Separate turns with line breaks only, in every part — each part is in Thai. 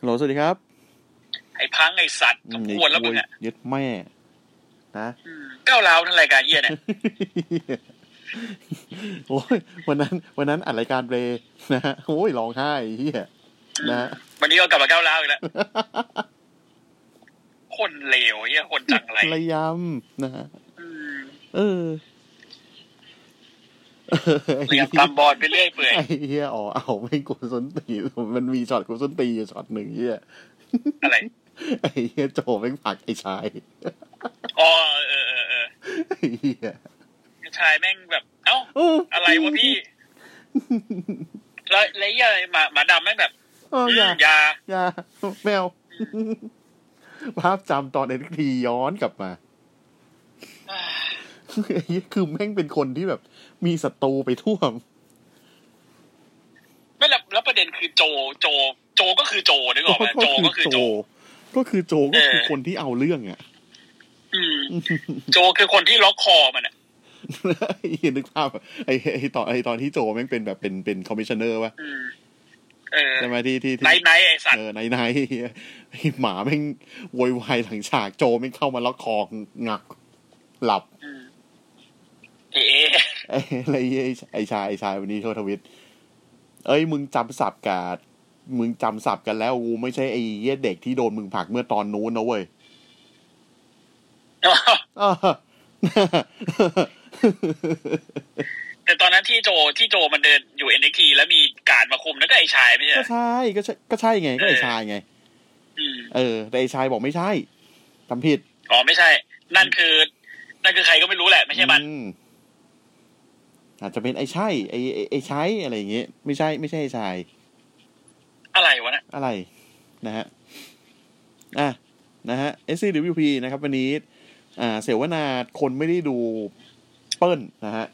ฮัลโหลสวัสดีครับ
ไอ้พังไอ้สัตว์
อื
ส
ม
ม
เดี๋ย
ควรแล้วมึงอ่ะ
ยึดแม่ นะ
ก้าวร้าวทั้งรายการเยี่ยเนี่ย
โอ้ยวันนั้น วันนั้นอัดรายการเบรนะฮะโอ้ยร้องไห้เฮียนะฮะ
วันนี้ก็กลับมาก้าวร้าวอีกแล้วคนเลวเยี่ยคนจังไร
ระยำนะฮะ
อืม
เออ
เรียงตามบอลไปเรื่อยเปื่อย
ไอ้เฮียอ๋อเอาไม่กูส้นตีนมันมีช็อตกูส้นตีนอยู่ช็อตหนึ่งเฮีย
อะไร
ไอ้เฮียโจแม่งผลักไอ้ชาย
อ๋อเออเออเออ
ไอ้เฮีย
ชายแม่งแบบ เอ้า
โอ้
อะไรวะพี่แล้วแล้วไอ้เหี้ยอะไรหมาหมาดำแม่งแบบ
เออ
อื
อย่า
มยา
อย่าแมว ภาพจำตอนเอ็นทีย้อนกลับมา ไอ้เหี้ยคือแม่งเป็นคนที่แบบ มีศัตรูไปท่วม
ไม่แล้วแล้วประเด็นคือโจโจ โจก็คือโจนึกออกไหมโจก็คือโจ
ก็คือโจก็คือ
เออ
คนที่เอาเรื่องอ่ะ
อืมโจคือคนที่ล็อกคอมันอ่ะ
ไอ้เหี้ยนึกภาพไอ้ไอ้ตอนไอ้ตอนที่โจแม่งเป็นแบบเป็นเป็นคอมมิชชั่นเนอร์ป่ะ
อืม เออ
ใช่ไหมที่ที่ที่
ไนท์ไนท์ไอ้สัต
เออ
ว์
ในในไอ้เหี้ย ไอ้หมาแม่งโวยวายหลังฉากโจแม่งเข้ามาล็อกคองัก หลับ
มเอ๊ะ
ไอ้ไอ้ไอ้ไอ้ชายไอ้ชายวันนี้โทษทวิต เอ้ยมึงจำสับกาดมึงจำสับกันแล้วกูไม่ใช่ไอ้เหี้ยเด็กที่โดนมึงผลักเมื่อตอนนู้นนะเว้ย อ้าว
แต่ตอนนั้นที่โจที่โจมันเดินอยู่ NXT แล้วมีการดมาคุมแล้วก็ไอ้ชายไม่ใช่เหร
ก็
อ
ใช่ก็ใช่ก็ใช่ไง ก็ไอ้ชายไง
อืม
เออ แต่ไอ้ชายบอกไม่ใช่ทำผิด
อ๋อไม่ใช่ นั่นคือ นั่นคือใครก็ไม่รู้แหละ ไม่ใช่มัน
อือาจจะเป็นไอ้ใช่ไอ้ไอ้ไอ้ใช้อะไรอย่างเงี้ยไม่ใช่ไม่ใช่ไอ้ชาย
อะไรวะนะ
อะไรนะฮะ อ่ะ นะฮะ SCWP นะครับวันนี้ อ่า เสวนาคนไม่ได้ดูเปิ้ลนะฮะ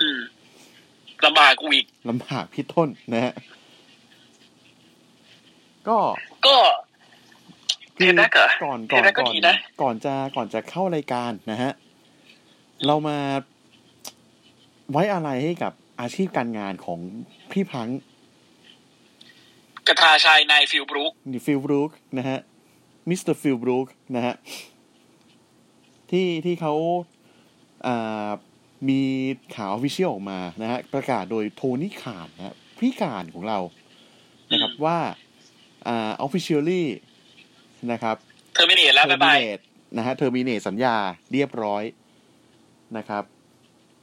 อืมลำบากกูอีก
ลำบากพี่ต้นนะฮะ ก็
ก็เท
คือ
ปแรกเหรอ
ก่อน
เท
ก่อ
ป
น
แรกก็
ก่อน
ดีนะ
ก่อนจะก่อนจะเข้ารายการนะฮะ เรามาไว้อะไรให้กับอาชีพการงานของพี่พัง
กระทาชายนายฟิลบรุก
ฟิลบรูคนะฮะ มิสเตอร์ฟิลบรูคนะฮะ ที่ที่เขาอ่ามีข่าววิเชียลออกมานะฮะ ประกาศโดยโทนี่ขานนะฮะพี่การของเรานะครับว่าอ่า officially นะครับ
เธอไม่เห็นแล้วบ๊ายบาย
terminate นะฮะ terminate สัญญาเรียบร้อยนะครับ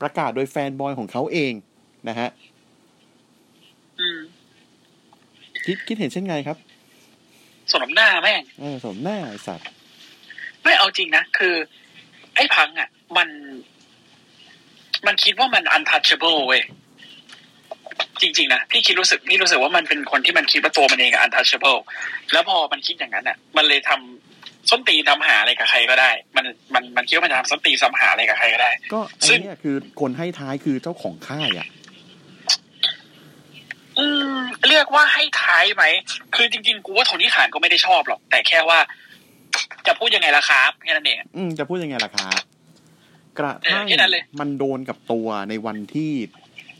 ประกาศโดยแฟนบอยของเขาเองนะฮะ
อืม
คิดคิดเห็นเช่นไงครับ
สนมหน้าแม่ง
เออสมหน้าไอ้สัตว์
ไม่เอาจริงนะ คือ ไอ้พังอ่ะ มัน มันคิดว่ามัน untouchable เว้ย จริง ๆ นะ พี่คิดรู้สึกพี่รู้สึกว่ามันเป็นคนที่มันคิดว่าตัวมันเองอะ untouchable แล้วพอมันคิดอย่างนั้นอ่ะ มันเลยทำส้นตีนทำหาอะไรกับใครก็ได้ มันมันมันคิดว่ามันจะทำส้นตีนทำหาอะไรกับใครก็ได้
ก็ไอ
ซึ่ง
เนี้ยคือคนให้ท้ายคือเจ้าของค่ายอ่ะ
อืมเรียกว่าให้ท้ายไหม คือจริง ๆ กูว่าโทนี่ขานก็ไม่ได้ชอบหรอก แต่แค่ว่า จะพูดยังไงล่ะครับแค่นั้นเอง
อืมจะพูดยังไงล่ะครับกระทั่ง
เออแค่นั้นเลย
มันโดนกับตัวในวันที่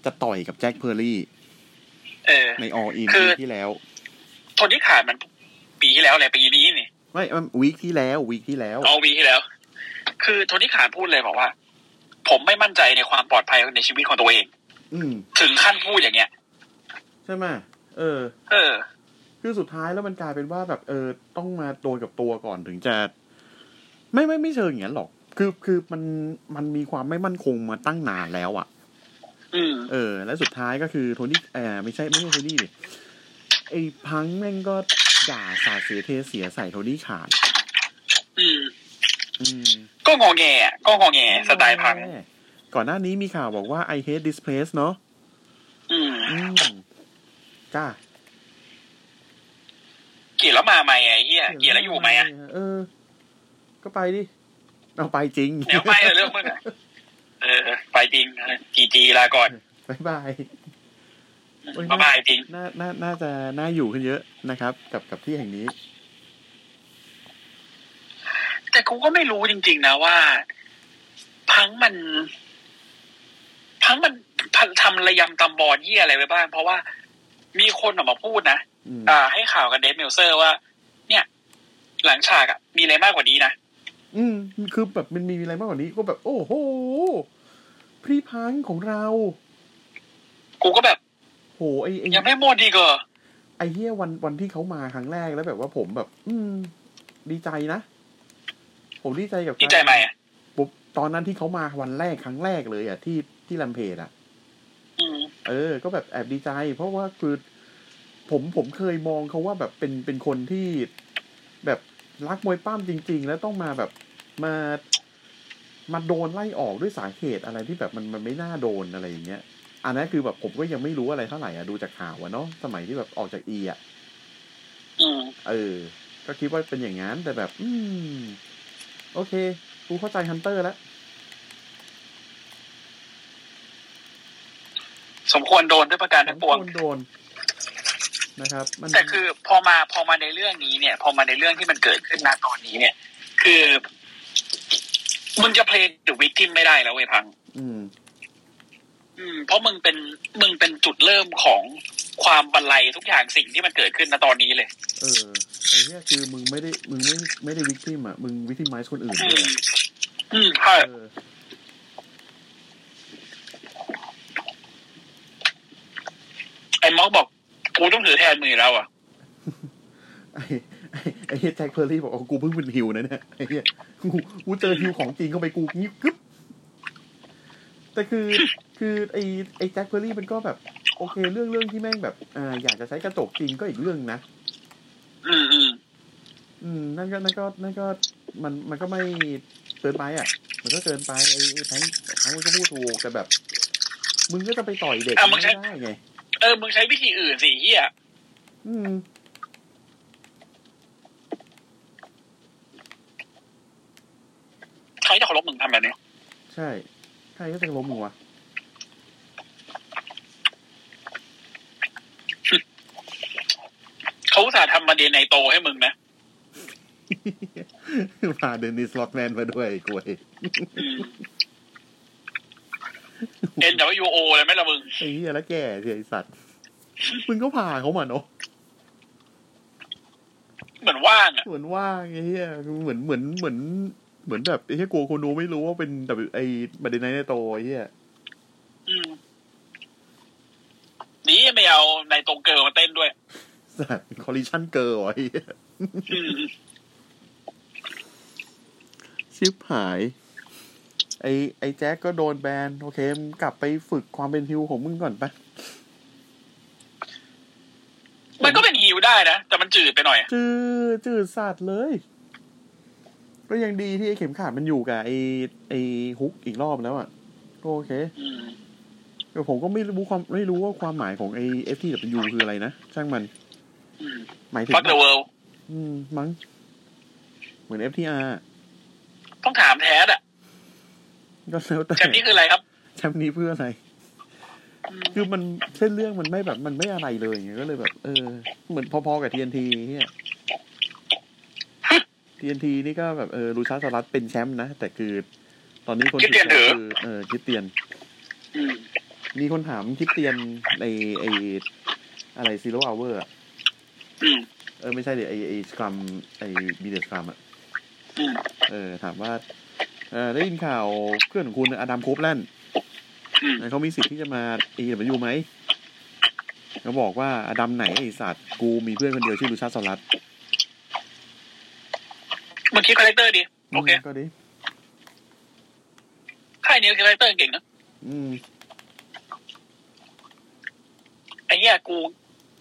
จะต่อยกับแจ็คเพอร์รี่
เออ
ในอออิน
คือ
ที่แล้ว
โทนี่ขานมันปีที่แล้วอะไรปีนี้นี่
ไม่มันวีคที่แล้ววีคที่แล้ว
เอาวีที่แล้ว คือโทนี่ขานพูดเลยบอกว่า ผมไม่มั่นใจในความปลอดภัยในชีวิตของตัวเอง
อืม
ถึงขั้นพูดอย่างเงี้ย
ใช่ไหมเออ
เออ
คือสุดท้ายแล้วมันกลายเป็นว่าแบบเออ ต้องมาโดนกับตัวก่อนถึงจะ ไม่ไม่ไม่เชิงอย่างนั้นหรอก คือคือมันมันมีความไม่มั่นคงมาตั้งนานแล้วอ่ะ
อืม
เออ และสุดท้ายก็คือโทนี่เออไม่ใช่ไม่ใช่โทนี่ดิไอ้พังแม่งก็ด่าสาดเสียเทเสียใส่โทนี่ขาด
อืม
อืม
ก็งอแงอะก็งอแงสไตล์พัง
ก่อนหน้านี้มีข่าวบอกว่า I hate this place เนอะ
อืม
อืม จ้า
เกลียดแล้วมาไหมไอ้เหี้ยเกลียดแล้วอยู่ไหมอะ
เออ ก็ไปดิเอาไปจริง
เดี๋ยวไปเลยเรื่องมึงอะเออ ไปจริงจีจีลาก่อน
บายบาย
บ๊ายบายจริง
น่าน่าน่าจะน่าอยู่ขึ้นเยอะนะครับ กับกับที่แห่งนี้
แต่กูก็ไม่รู้จริง ๆ นะว่า พังมัน พังมันทำระยำตำบอลเยี่ยอะไรไปบ้าง เพราะว่ามีคนออกมาพูดนะ
อืม
อ่า ให้ข่าวกันเดฟเมลเซอร์ว่า เนี่ย หลังฉากอะมีอะไรมากกว่านี้นะ
อืมคือแบบมันมีอะไรมากกว่านี้ ก็แบบ โอ้โหพรีพังของเรา
กูก็แบบ
โหไอไอ
ยังไม่หมดดีกเหรอ
ไอเฮียวันวันที่เขามาครั้งแรกแล้วแบบว่าผมแบบ อืม ดีใจนะ ผมดีใจกับ
ดีใจไหมอะ
ปุ๊บตอนนั้นที่เขามาวันแรกครั้งแรกเลยอ่ะที่ที่ลำเพจอ่ะ
อืม
เออ ก็แบบแอบดีใจ เพราะว่าคือผมผมเคยมองเขาว่าแบบเป็นเป็นคนที่แบบรักมวยป้ามจริง ๆ แล้วต้องมาแบบมามาโดนไล่ออกด้วยสาเหตุอะไรที่แบบมันมันไม่น่าโดนอะไรอย่างเงี้ย อันนั้นคือแบบผมก็ยังไม่รู้อะไรเท่าไหร่อะดูจากข่าวอะเนาะสมัยที่แบบออกจากอีอะ
อืม
เออ ก็คิดว่าเป็นอย่างนั้นแต่แบบ อืม โอเคกูเข้าใจฮันเตอร์แล้ว
สมควรโดนด้วยประการทั้งปวง
โดนนะครับ มัน
แต่คือพอมาพอมาในเรื่องนี้เนี่ย พอมาในเรื่องที่มันเกิดขึ้นณตอนนี้เนี่ย คือมึงจะเพลง The Victim ไม่ได้แล้วเว้ยพัง
อืม
อืมเพราะมึงเป็นมึงเป็นจุดเริ่มของความบันไลทุกอย่างสิ่งที่มันเกิดขึ้นณตอนนี้เลย
เออไอ้เนี่ยคือมึงไม่ได้มึงไม่ไม่ได้วิกติมอ่ะ มึงวิกติมไมซ์คนอื่น
อื
ด้วย
ม
อะ
อืมใช่
เออ
ไอ้ม็อกบอกกูต้องถือแทนมือแล้วอ่ะ
ไอ้ไอ้ไอ้เหี้ยแจ็คเพอร์รี่บอกว่ากูเพิ่งเป็นฮิวนะเนี่ยไอ้เนี่ยกูกูเจอฮิวของจริงเข้าไปกูงิบกึ๊บแต่คือคือไอ้ไอ้แจ็คเพอร์รี่มันก็แบบ โอเคเรื่องเรื่องที่แม่งแบบอ่าอยากจะใช้กระจกจริงก็อีกเรื่องนะ
อืมอืม
อืมนั่นก็นั่นก็นั่นก็มันมันก็ไม่เกินไปอ่ะ มันก็เกินไปไอ้ไอ้แพงแพงมันก็พูดถูกแต่แบบ มึงก็จะไปต่อยเด็กไม่ได้ไง
เออมึงใช้วิธีอื่นสิเฮีย
อืม
ใครจะเคารพมึงทำแบบนี้
ใช่ ใครก็จะล้มมึงวะ
เขาอุตส่าห์ทำมาเดนในโตให้มึงนะ
พาเดนิสล็อตแมนมาด้วยไอ้กล้วย
เอ็น o โอเลยไหมล่ะมึง
ไอ้เหี้ยแล้วแก่เสียไอ้สัตว์ มึงก็พาเขามาเนาะ
เหมือนว่างอ่ะ
เหมือนว่างไอ้เหี้ยเหมือนเหมือนเหมือนเหมือนแบบไอ้เหี้ยกลัวโคโนไม่รู้ว่าเป็นแต่ไอ้บัดเดนไนในโตไอ้เหี้ย
อืมนี่ไม่เอาในตรงเกิร์ลมาเต้นด้วย
สัตว์คอลลิชั่นเกิร์ลไอ้เหี้ย
อืม
ชิบหาย ไอ้ไอ้แจ็คก็โดนแบนโอเคมึงกลับไปฝึกความเป็นฮิวของมึงก่อนไปะ
มันก็เป็นฮิวได้นะ แต่มันจืดไปหน่อย
จืดจืดสัตว์เลย ก็ยังดีที่ไอ้เข็มขาดมันอยู่กับไอ้ไอ้ฮุกอีกรอบแล้วอ่ะก็โอเค
อืม
เดี๋ยวผมก็ไม่รู้ความไม่รู้ว่าความหมายของไอ้ FTW คืออะไรนะ ช่างมัน
อืม
หมายถึง
ฟักเดอะเวิล
อืมมั้งเหมือน FTR
ต้องถามแท้อ่ะ
ก็แล้วแต่
แชมป์นี่คืออะไรครับ
แชมป์นี้เพื่ออะไร
อืม
คือมันเส้นเรื่องมันไม่แบบมันไม่อะไรเลยไงก็เลยแบบ เออ เหมือนพอๆกับ TNT เนี่ย TNT นี่ก็แบบเออลูชาสลัดเป็นแชมป์นะ แต่คือ ตอนนี้คน
คิดเตียน
แชมป์คือ
เหรอ
เออคิดเตียน
อืม
มีคนถามคิดเตียนในไออะไรซีโร่อเวอร์
อืม
เออไม่ใช่เดี๋ยวไอไอสครัมไอบีเดสครัมอะ
อืม
เออถามว่าเออได้ยินข่าวเพื่อนของคุณอดัมโคบแลนด์
อืม
เขามีสิทธิ์ที่จะมาเอเดยูไหมเขาบอกว่าอดัมไหนไอสัตว์กูมีเพื่อนคนเดียวชื่อลูชาสลัด
มึงคิดคาแรคเตอร์ดิ โอเค
มก็ดิ
ค่ายนี้คิดคาแรคเตอร์เก่งนะ
อืม
ไอ้เหี้ยกู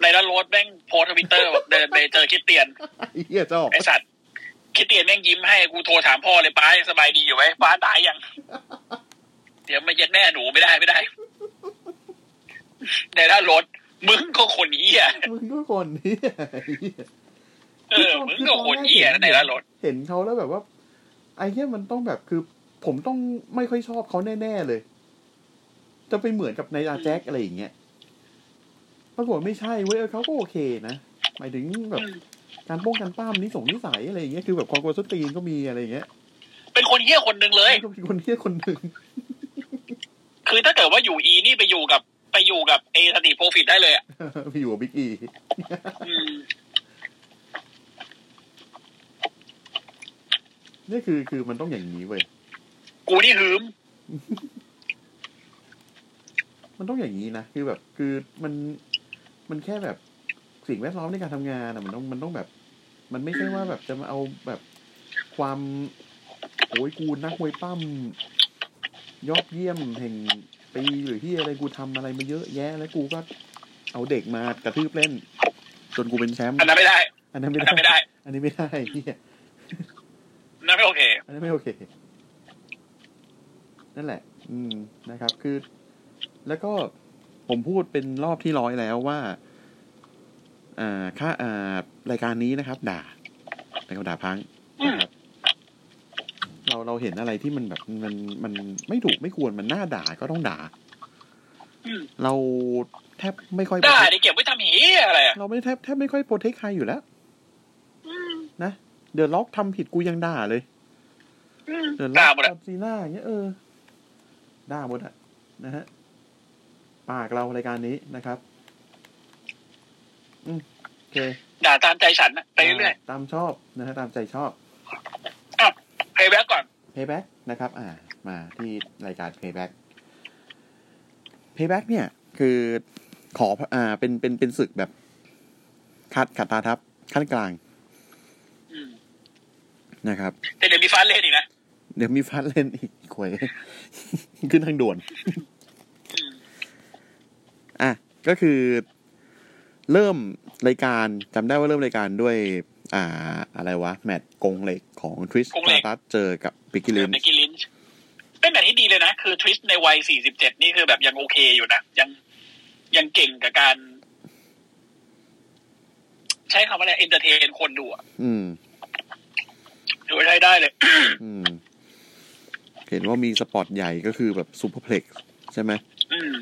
ในด้านโรถแม่งโพสทวิตเตอร์ Twitter แบบเดินไปเจอคิดเตียน
ไอ้เหี้ยเจ้า
ไอสัตว์คิดเตียนแม่งยิ้มให้กูโทรถามพ่อเลยป้าสบายดีอยู่ไหมป้าตายยัง เดี๋ยวมาเย็ดแม่หนูไม่ได้ไม่ได้ในด้านรถ มึงก็คนเหี้ย
มึงก็คน เหีย
เออมึงก็คนเหี้ยในละรถ
เห็นเขาแล้วแบบว่า ไอ้เนี้ยมันต้องแบบคือ ผมต้องไม่ค่อยชอบเขาแน่ ๆ เลย จะไปเหมือนกับในอาแจ็คอะไรอย่างเงี้ยปรากฏไม่ใช่เว้ยเออเขาก็โอเคนะหมายถึงแบบการป้องกันป้ามนิสงนิสัยอะไรอย่างเงี้ยคือแบบความกลัวสนตีนก็มีอะไรอย่างเงี้ย
เป็นคนเหี้ยคนหนึ่งเลย
ก็เป็นคนเที่ยคนหนึ่ง
คือถ้าเกิดว่าอยู่อีนี่ไปอยู่กับไปอยู่กับเอสติโปรฟิตได้เลยอ่ะ
ไปอยู่กับบิ๊กอี
อืม
นี่คือคือมันต้องอย่างนี้เว้ย
กูนี่หืม
มันต้องอย่างนี้นะ คือแบบ คือมัน มันแค่แบบสิ่งแวดล้อมในการทำงานอะมันต้อง มันต้องแบบ มันไม่ใช่ว่าแบบจะมาเอาแบบความโอ้ยกูนักมวยปั้มยอดเยี่ยมแห่งปีหรือที่อะไรกูทำอะไรมาเยอะแยะ แล้วกูก็เอาเด็กมากระทืบเล่น จนกูเป็นแชมป์
อันนั้นไม่ได้
อันนั้นไม่
อัน
ได้
นั้นไม่ได้
อันนี้ไม่ได้เหีย
อันนั้นไม่โอเค
อันนั้นไม่โอเค นั่นแหละ อืม นะครับ คือ แล้วก็ผมพูดเป็นรอบที่ร้อยแล้วว่า อ่า ค่า อ่า รายการนี้นะครับ ด่าในคำด่าพังนะครับ เรา เราเห็นอะไรที่มันแบบ มัน มันไม่ถูกไม่ควร มันน่าด่าก็ต้องด่า
อืม
เราแทบไม่ค่อย
ได้ได้เก็บไว้ทำเหี้ยอะไรอ่ะ
เราไม่แทบแทบไม่ค่อยโปรเทคใครอยู่แล้วนะเดือดล็อกทำผิดกูยังด่าเลย เดือดล็
ด่า
อก
หมดอ่ะ
กับซีน่าอย่างเงี้ยเออด่าหมดอะนะฮะปากเรารายการนี้นะครับ อืมโอเค
ด่าตามใจฉันอะไปเรื่อย
ตามชอบนะฮะตามใจชอบ
ๆเพย์แบ็กก่อน
Payback นะครับ อ่า มาที่รายการ Payback Payback เนี่ย คือขออ่าเป็นเป็นเป็นศึกแบบคัดขัดตาทับขั้นกลาง
อืม
นะครับ
แต่เดี๋ยวมีฟ้าเล่นอีกนะ
เดี๋ยวมีฟัดเล่นอีกขวย ขึ้นทางด่วน
อืม
อ่ะ ก็คือ เริ่มรายการจำได้ว่าเริ่มรายการด้วย อ่า อะไรวะ แมตช์กงเหล็กของทริส
กงเหล็
ตาก ตัสเจอกับปิกกิลิน
เบกกี้ลินช์เป็นแบบที่ดีเลยนะ คือทวิสต์ในวัย 47 นี่คือแบบยังโอเคอยู่นะ ยังยังเก่งกับการ ใช้คำว่าอะไรเอนเตอร์เทนคนดูอะ
อืม
ถือว่าใช้ได้เลย
อืม เห็นว่ามีสปอตใหญ่ก็คือแบบซูเปอร์เพล็กซ์ใช่ไหม
อืม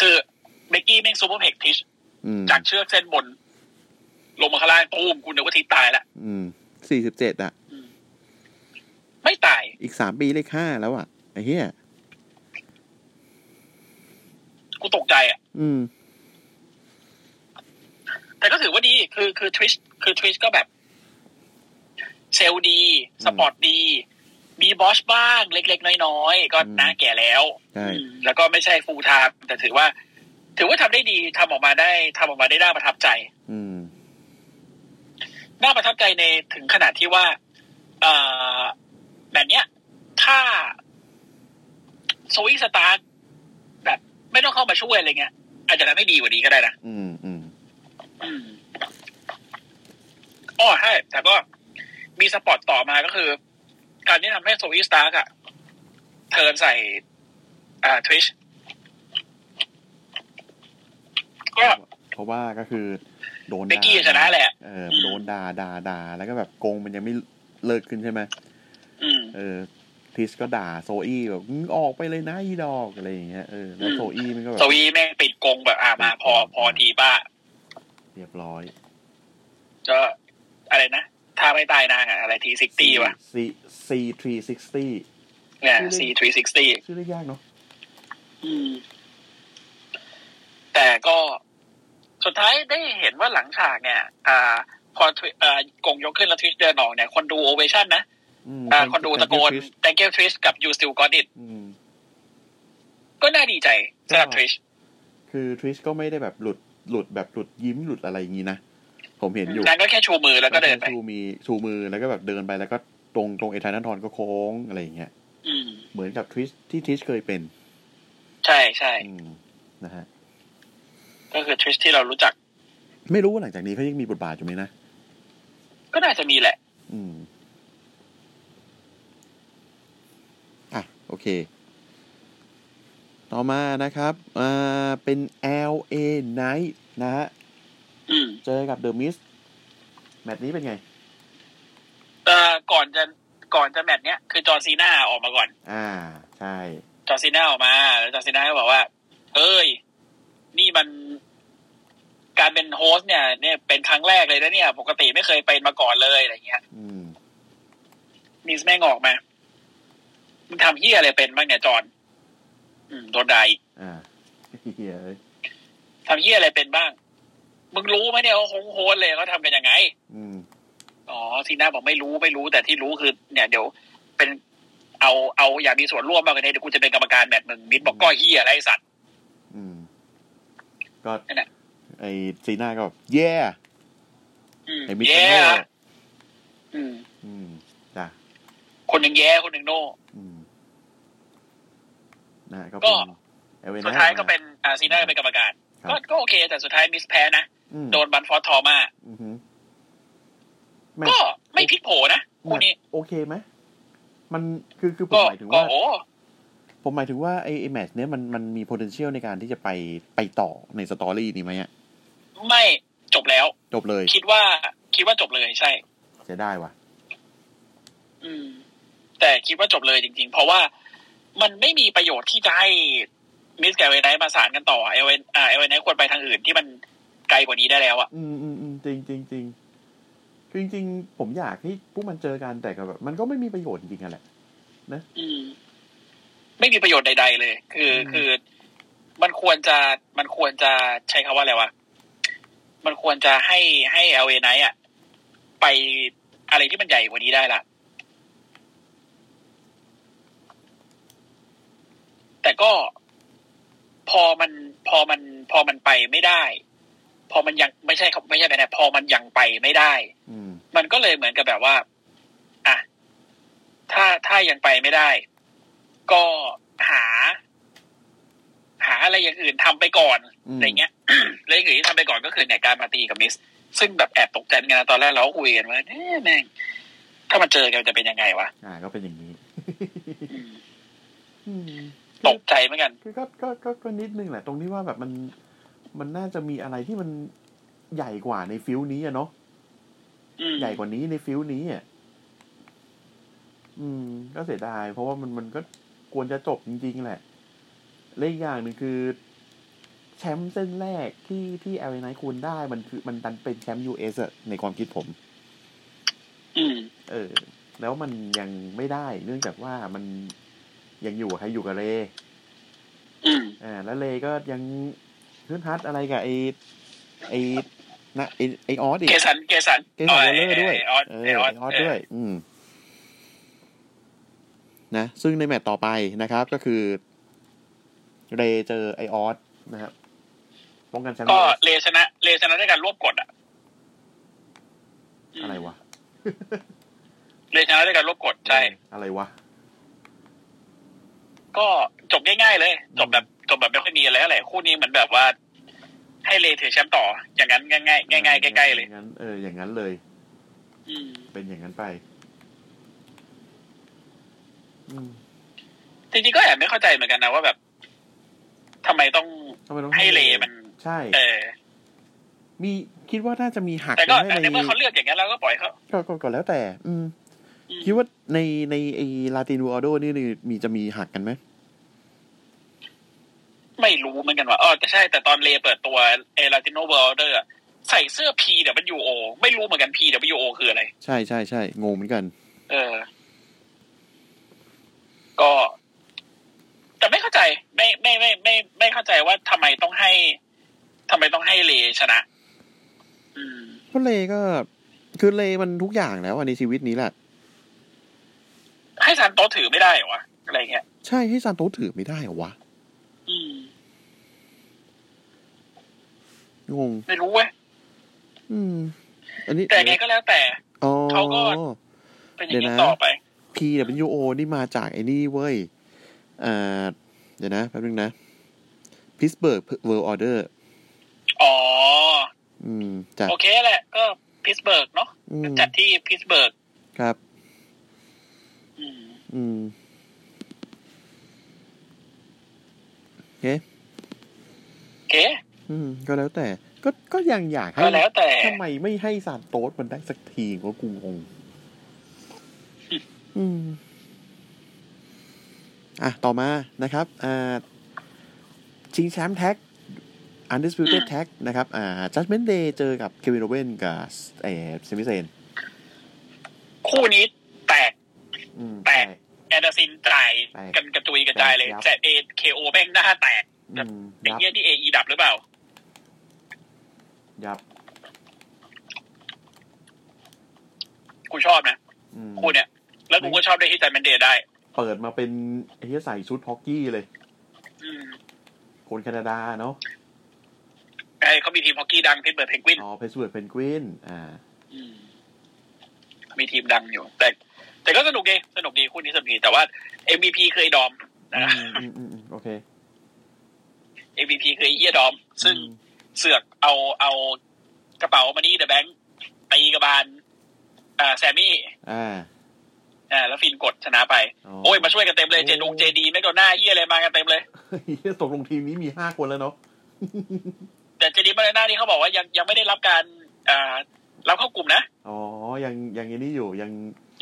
คือเบกกี้แม่งซูเปอร์เพกทิช
อืม
จากเชือกเส้นบน ลงมาข้างล่างตูมกูนึกว่าทิศตายละ
อืม สี่สิบเจ็ดอ่ะ
ไม่ตาย
อีกสามปีเลขห้าแล้วอ่ะ ไอ้เหี้ย
กูตกใจอ่ะ
อืม
แต่ก็ถือว่าดี คือคือทวิชคือทวิชก็แบบ เซลล์ดี สปอร์ตดี มีบอสบ้างเล็ก ๆ น้อยๆ ก็
อืม
น่าแก่แล้ว
ใช่
อืมแล้วก็ไม่ใช่ฟูลไทม์แต่ถือว่า ถือว่าทำได้ดีทำออกมาได้ทำออกมาได้น่าประทับใจ
อืม
น่าประทับใจในถึงขนาดที่ว่าเอ่อแบบเนี้ย ถ้าโซอีสตาร์แบบ ไม่ต้องเข้ามาช่วยอะไรเงี้ย อาจจะทำให้ดีกว่านี้ก็ได้นะ
อืม อืม
อืมอ๋อใช่ แต่ก็มีสปอร์ตต่อมาก็คือ การที่ทำให้โซอีสตาร์กอะเทิร์นใส่ อ่าทวิชก็
เพราะว่าก็คือ โดน
เบกกี้ชนะแหละ
เอออ
ม
โดนด่าด่าด่าแล้วก็แบบโกงมันยังไม่เลิกขึ้นใช่ไหม
อืม
เออทิสก็ด่าโซอี้แบบมึงออกไปเลยนะอีดอกอะไรอย่างเงี้ยเออแล้ว
อืม
โซอี้มันก็แบ
โซ
บ
อีแม่งปิดกรงแบบอ่ามาพอพอทีป้า
เรียบร้อย
ก็อะไรนะ ถ้าไม่ตายนางอะอะไรทีซิกตี้วะ
ซีซีทรีซิกตี้
เนี่ยซีทรีซิกตี้
ชื่อได้ยากเนาะ
แต่ก็สุดท้ายได้เห็นว่าหลังฉากเนี่ย อ่า พอ Twi- อ่ากงยกขึ้นแล้วทวิสเดินออกเนี่ย คนดูโอเวชั่นนะ
ม
อ่า
เป็
คนดูตะโกน
เป็ Trish
thank you Trish กับ you still got it
อืม
ก็น่าดีใจสำหรับ
ก็
Trish
คือทริสก็ไม่ได้แบบหลุดหลุดแบบหลุดยิ้มหลุดอะไรอย่างงี้นะ ผมเห็นอยู่
นางก็แค่ชูมือแล้วก็เดินไป
ชูมีชูมือแล้วก็แบบเดินไปแล้วก็ตรงตรงเอทานันทอนก็โค้งอะไรอย่างเงี้ย
อืม
เหมือนกับทริชที่ทริชเคยเป็น
ใช่ใช่
อืมนะฮะ
ก็คือ Trish ที่เรารู้จัก
ไม่รู้ว่าหลังจากนี้เขายังมีบทบาทอยู่ไหมนะ
ก็น่าจะมีแหละ
อืม อ่ะ โอเค ต่อมานะครับอ่าเป็น LA Knight นะฮะ
อืม
เจอกับเดอะมิสแมตช์นี้เป็นไง
เอ่อก่อนจะก่อนจะแมตช์เนี้ยคือจอร์ซีน่าออกมาก่อน
อ่า ใช่
จอร์ซีน่าออกมาแล้วจอร์ซีน่าก็บอกว่า เอ้ย นี่มัน การเป็นโฮสต์เนี่ย เนี่ยเป็นครั้งแรกเลยนะเนี่ย ปกติไม่เคยเป็นมาก่อนเลยอะไรเงี้ย
อืม
มิสแม่งออกมามึงทำเฮียอะไรเป็นบ้างเนี่ยจอร์นอืมโดนด่าอีก
อ่าเฮียเอ้ย
ทำเฮียอะไรเป็นบ้าง มึงรู้ไหมเนี่ยเขาโฮสต์เลยเขาทำกันยังไง
อืม
อ๋อซีน่าบอกไม่รู้ไม่รู้แต่ที่รู้คือ เนี่ยเดี๋ยวเป็นเอาเอาอยากมีส่วนร่วมมากกว่านี้เดี๋ยวกูจะเป็นกรรมการแมตช์มึงมิสบอกก็เฮียอะไรไอ้สัตว์
อืม ก็
นั่นแหละ
ไอซีน่าก็แบบเย่
อืม
ไอมิส
แย่
โน่
อืม
อืม จ้ะ
คนหนึ่งแย่คนหนึ่งโน่
อืม นะก็
ก็
เป็นเอเว
สุด
น่า
ท้ายก็เป็นอ่าซีน่าก็เป็นกรรมการ
ครับ
ก็ก็โอเค แต่สุดท้ายมิสแพ้นะ
อืม
โดนบันฟอสทอมา
อือหือแมตช์
ก็ไม่พลิกโผนะ
แม
คู่
ตช์
นี้
โอเคไหม มันคือคือผม
ก็
หมายถึง
ก็
ว่า
โอ้
ผมหมายถึงว่าไอ้ไอ้แมตช์เนี้ยมันมันมี potential ในการที่จะไปไปต่อในสตอรี่นี้ไหมอะ
ไม่จบแล้ว
จบเลย
คิดว่าคิดว่าจบเลยใช่
จะได้ว่ะ
อืม แต่คิดว่าจบเลยจริง ๆ เพราะว่ามันไม่มีประโยชน์ที่จะให้มิสแกเวไนท์มาสารกันต่อเอเวนอ่าเอเวนไนท์ควรไปทางอื่นที่มันไกลกว่านี้ได้แล้วอะ
อืมอืมอืมจริงจริงจริงคือจริงๆ ผมอยากให้พวกมันเจอกันแต่ก็แบบ มันก็ไม่มีประโยชน์จริงๆอะแหละ
อืม ไม่มีประโยชน์ใด ๆ เลย คือ
อืม
คือ มันควรจะมันควรจะใช้คำว่าอะไรวะมันควรจะให้ให้เอเวนไนท์อะไปอะไรที่มันใหญ่กว่านี้ได้ละแต่ก็พอมันพอมันพอมันไปไม่ได้ พอมันยังไม่ใช่ครับไม่ใช่ไปนะพอมันยังไปไม่ได้
อืม
มันก็เลยเหมือนกับแบบว่า อ่ะ ถ้าถ้ายังไปไม่ได้ ก็หา หาอะไรอย่างอื่นทำไปก่อน
อืม
อะไรเงี้ย แล้วอย่างอื่นที่ทำไปก่อนก็คือเนี่ยการมาตีกับมิส ซึ่งแบบแอบตกใจเหมือนกันนะตอนแรกเราก็คุยกันว่าเอ๊ะแม่ง ถ้ามันเจอกันมันจะเป็นยังไงวะ
อ่า ก็เป็นอย่างนี้
อืม
อืม
ตกใจเหมือนกัน
คือก็ก็ก็ก็นิดนึงแหละ ตรงที่ว่าแบบมัน มันน่าจะมีอะไรที่มันใหญ่กว่าในฟิลนี้อะเนาะ
อืม
ใหญ่กว่านี้ในฟิลนี้อ่ะ อืม ก็เสียดาย เพราะว่ามันมันก็ควรจะจบจริงๆ แหละและอีกอย่างหนึ่งคือ แชมป์เส้นแรกที่ที่เอลไนควรได้มันคือมันดันเป็นแชมป์ยูเอสในความคิดผม
อืม
เออ แล้วมันยังไม่ได้ เนื่องจากว่ามันยังอยู่กับใครอยู่กับเล
อืม
อ่าแล้วเลก็ยังพื้นฮัดอะไรกับไอไอนะไอไอออสอีก
เกสัน เกสัน
เกสันวอลเลอร์
ไ
ด้วย
ไออส
เออ
ไอ
ไออ
ออ
อ
ส
สด้วย อืม นะ ซึ่งในแมตต์ต่อไปนะครับ ก็คือ เรเจอไอออสนะครับป้องกันแชมป์
ก็
ยูเอส
เลชนะเลชนะด้วยการรวบกดอะ
อะไรวะ
เลชนะด้วยการรวบกดใช่
อะไรวะ
ก็จบง่ายๆเลย จบแบบจบแบบไม่ค่อยมีอะไรอะไรคู่นี้เหมือนแบบว่า ให้เลถือแชมป์ต่อ อย่างนั้นง่ายๆง่ายๆใกล้ๆเลย
อางนั้นเออ อย่างนั้นเลย
อืม
เป็นอย่างนั้นไป อืม
จริงๆก็แอบไม่เข้าใจเหมือนกันนะว่าแบบทำไมต้อง
ทำไมต้อง
ให้เลมัน
ใช่
เออ
มีคิดว่าน่าจะมีหัก
แต่ก็
ให้
แต่เมื่อเขาเลือกอย่างนั้นเราก็ปล่อยเขา
ก็ก็ก็แล้วแต่ อืม
อืม
คิดว่าในในไอ้ลาตินูออโดนี่มีจะมีหักกันไหม
ไม่รู้เหมือนกันว่าอ๋อแต่ใช่แต่ตอนเลเปิดตัวเอลาติโนเวิลด์เดอร์ใส่เสื้อ P W O ไม่รู้เหมือนกัน P W O คืออะไร
ใช่ใช่ใช่งงเหมือนกัน
เออ ก็ แต่ไม่เข้าใจ ไม่ไม่ไม่ไม่ ไม่เข้าใจว่าทำไมต้องให้ทำไมต้องให้เลชนะ อืม
เพราะเลก็ คือเลมันทุกอย่างแล้วอะในชีวิตนี้แหละ
ให้ซานโตะถือไม่ได้เหรอวะอะไรเงี้ย
ใช่ให้ซานโตสถือไม่ได้เหรอวะ
อืม
งง
ไม่รู้เว้ย
อืม อันนี้
แต่ไงก็แล้วแต่
อ๋อ
เขาก็ เป็นอ
เดี๋
ย่างนี้
ยวนะ
ต่อไป
พีแต่เป็นยูโอนี่มาจากไอ้นี่เว้ยอ่าเดี๋ยวนะแป๊บนึงนะพิสเบิร์กเวิร์ลออเดอร์
อ๋อ
อืมจาก
โอเคแหละ ก็พิสเบิร์กเนาะ
อืม
จัดที่พิสเบิร์ก
ครับ
อืม
อืม เอ๊ะ
เก๋
อืม ก็แล้วแต่ ก็ก็ยังอยากให้
ก็แล้วแต่
ทำไมไม่ให้ซานโต๊ดมันได้สักทีวะกูงงอืม อ่ะ ต่อมานะครับ อ่าชิงแชมป์แท็ก Undisputed
อืม
Tag นะครับ อ่า Judgment Day เจอกับเควินโรเวนกับเอเซมิเซน
คู่นี้แตก
อืม
แตก
ใช่
แอนเดอร์ซินจ่าย
แตก
กันกระจุยกระจายเลย
ยับ
แต่เอเคโอแม่งหน้าแตก
อืม
ไอ้
ยับ
เงี้ยที่เออีดับหรือเปล่า
ยับ
กูชอบนะ
อืม
คู่เนี้ยแล้วกูก็ชอบด้วยที่จันแมนเดย์ได้
เปิดมาเป็นไอ้ที่ใส่ชุดพ็อกกี้เลย
อืม
คนแคนาดาเนาะ
ไอ้เขามีทีมฮอกกี้ดังที่เบิร์ดเพนกวิน
อ๋อเพสเวิร์ดเพนกวินอ่า
อืมมีทีมดังอยู่ แต่ แต่ก็สนุกดีสนุกดีคู่นี้สนุกดีแต่ว่า MVP เคยดอมนะ
อืมอืมอืมอืมโอเค
MVP เคยเอียดอม ซึ่งเสือกเอาเอากระเป๋ามานี่เดอะแบงค์ตีกระบาลอ่าแซมมี่
อ่า
อ่าแล้วฟินกดชนะไป โอ้ยมาช่วยกันเต็มเลยเจดุงเจดีแมคโดน่าเยี่ยอะไรมากันเต็มเลย
เฮ้ยตกลงทีมนี้มีห้าคนแล้วเนาะ
แต่เจดีแมคโดน่านี่เขาบอกว่ายังยังไม่ได้รับการอ่ารับเข้ากลุ่มนะ
อ๋อ ยังยังไอ้นี่อยู่ยัง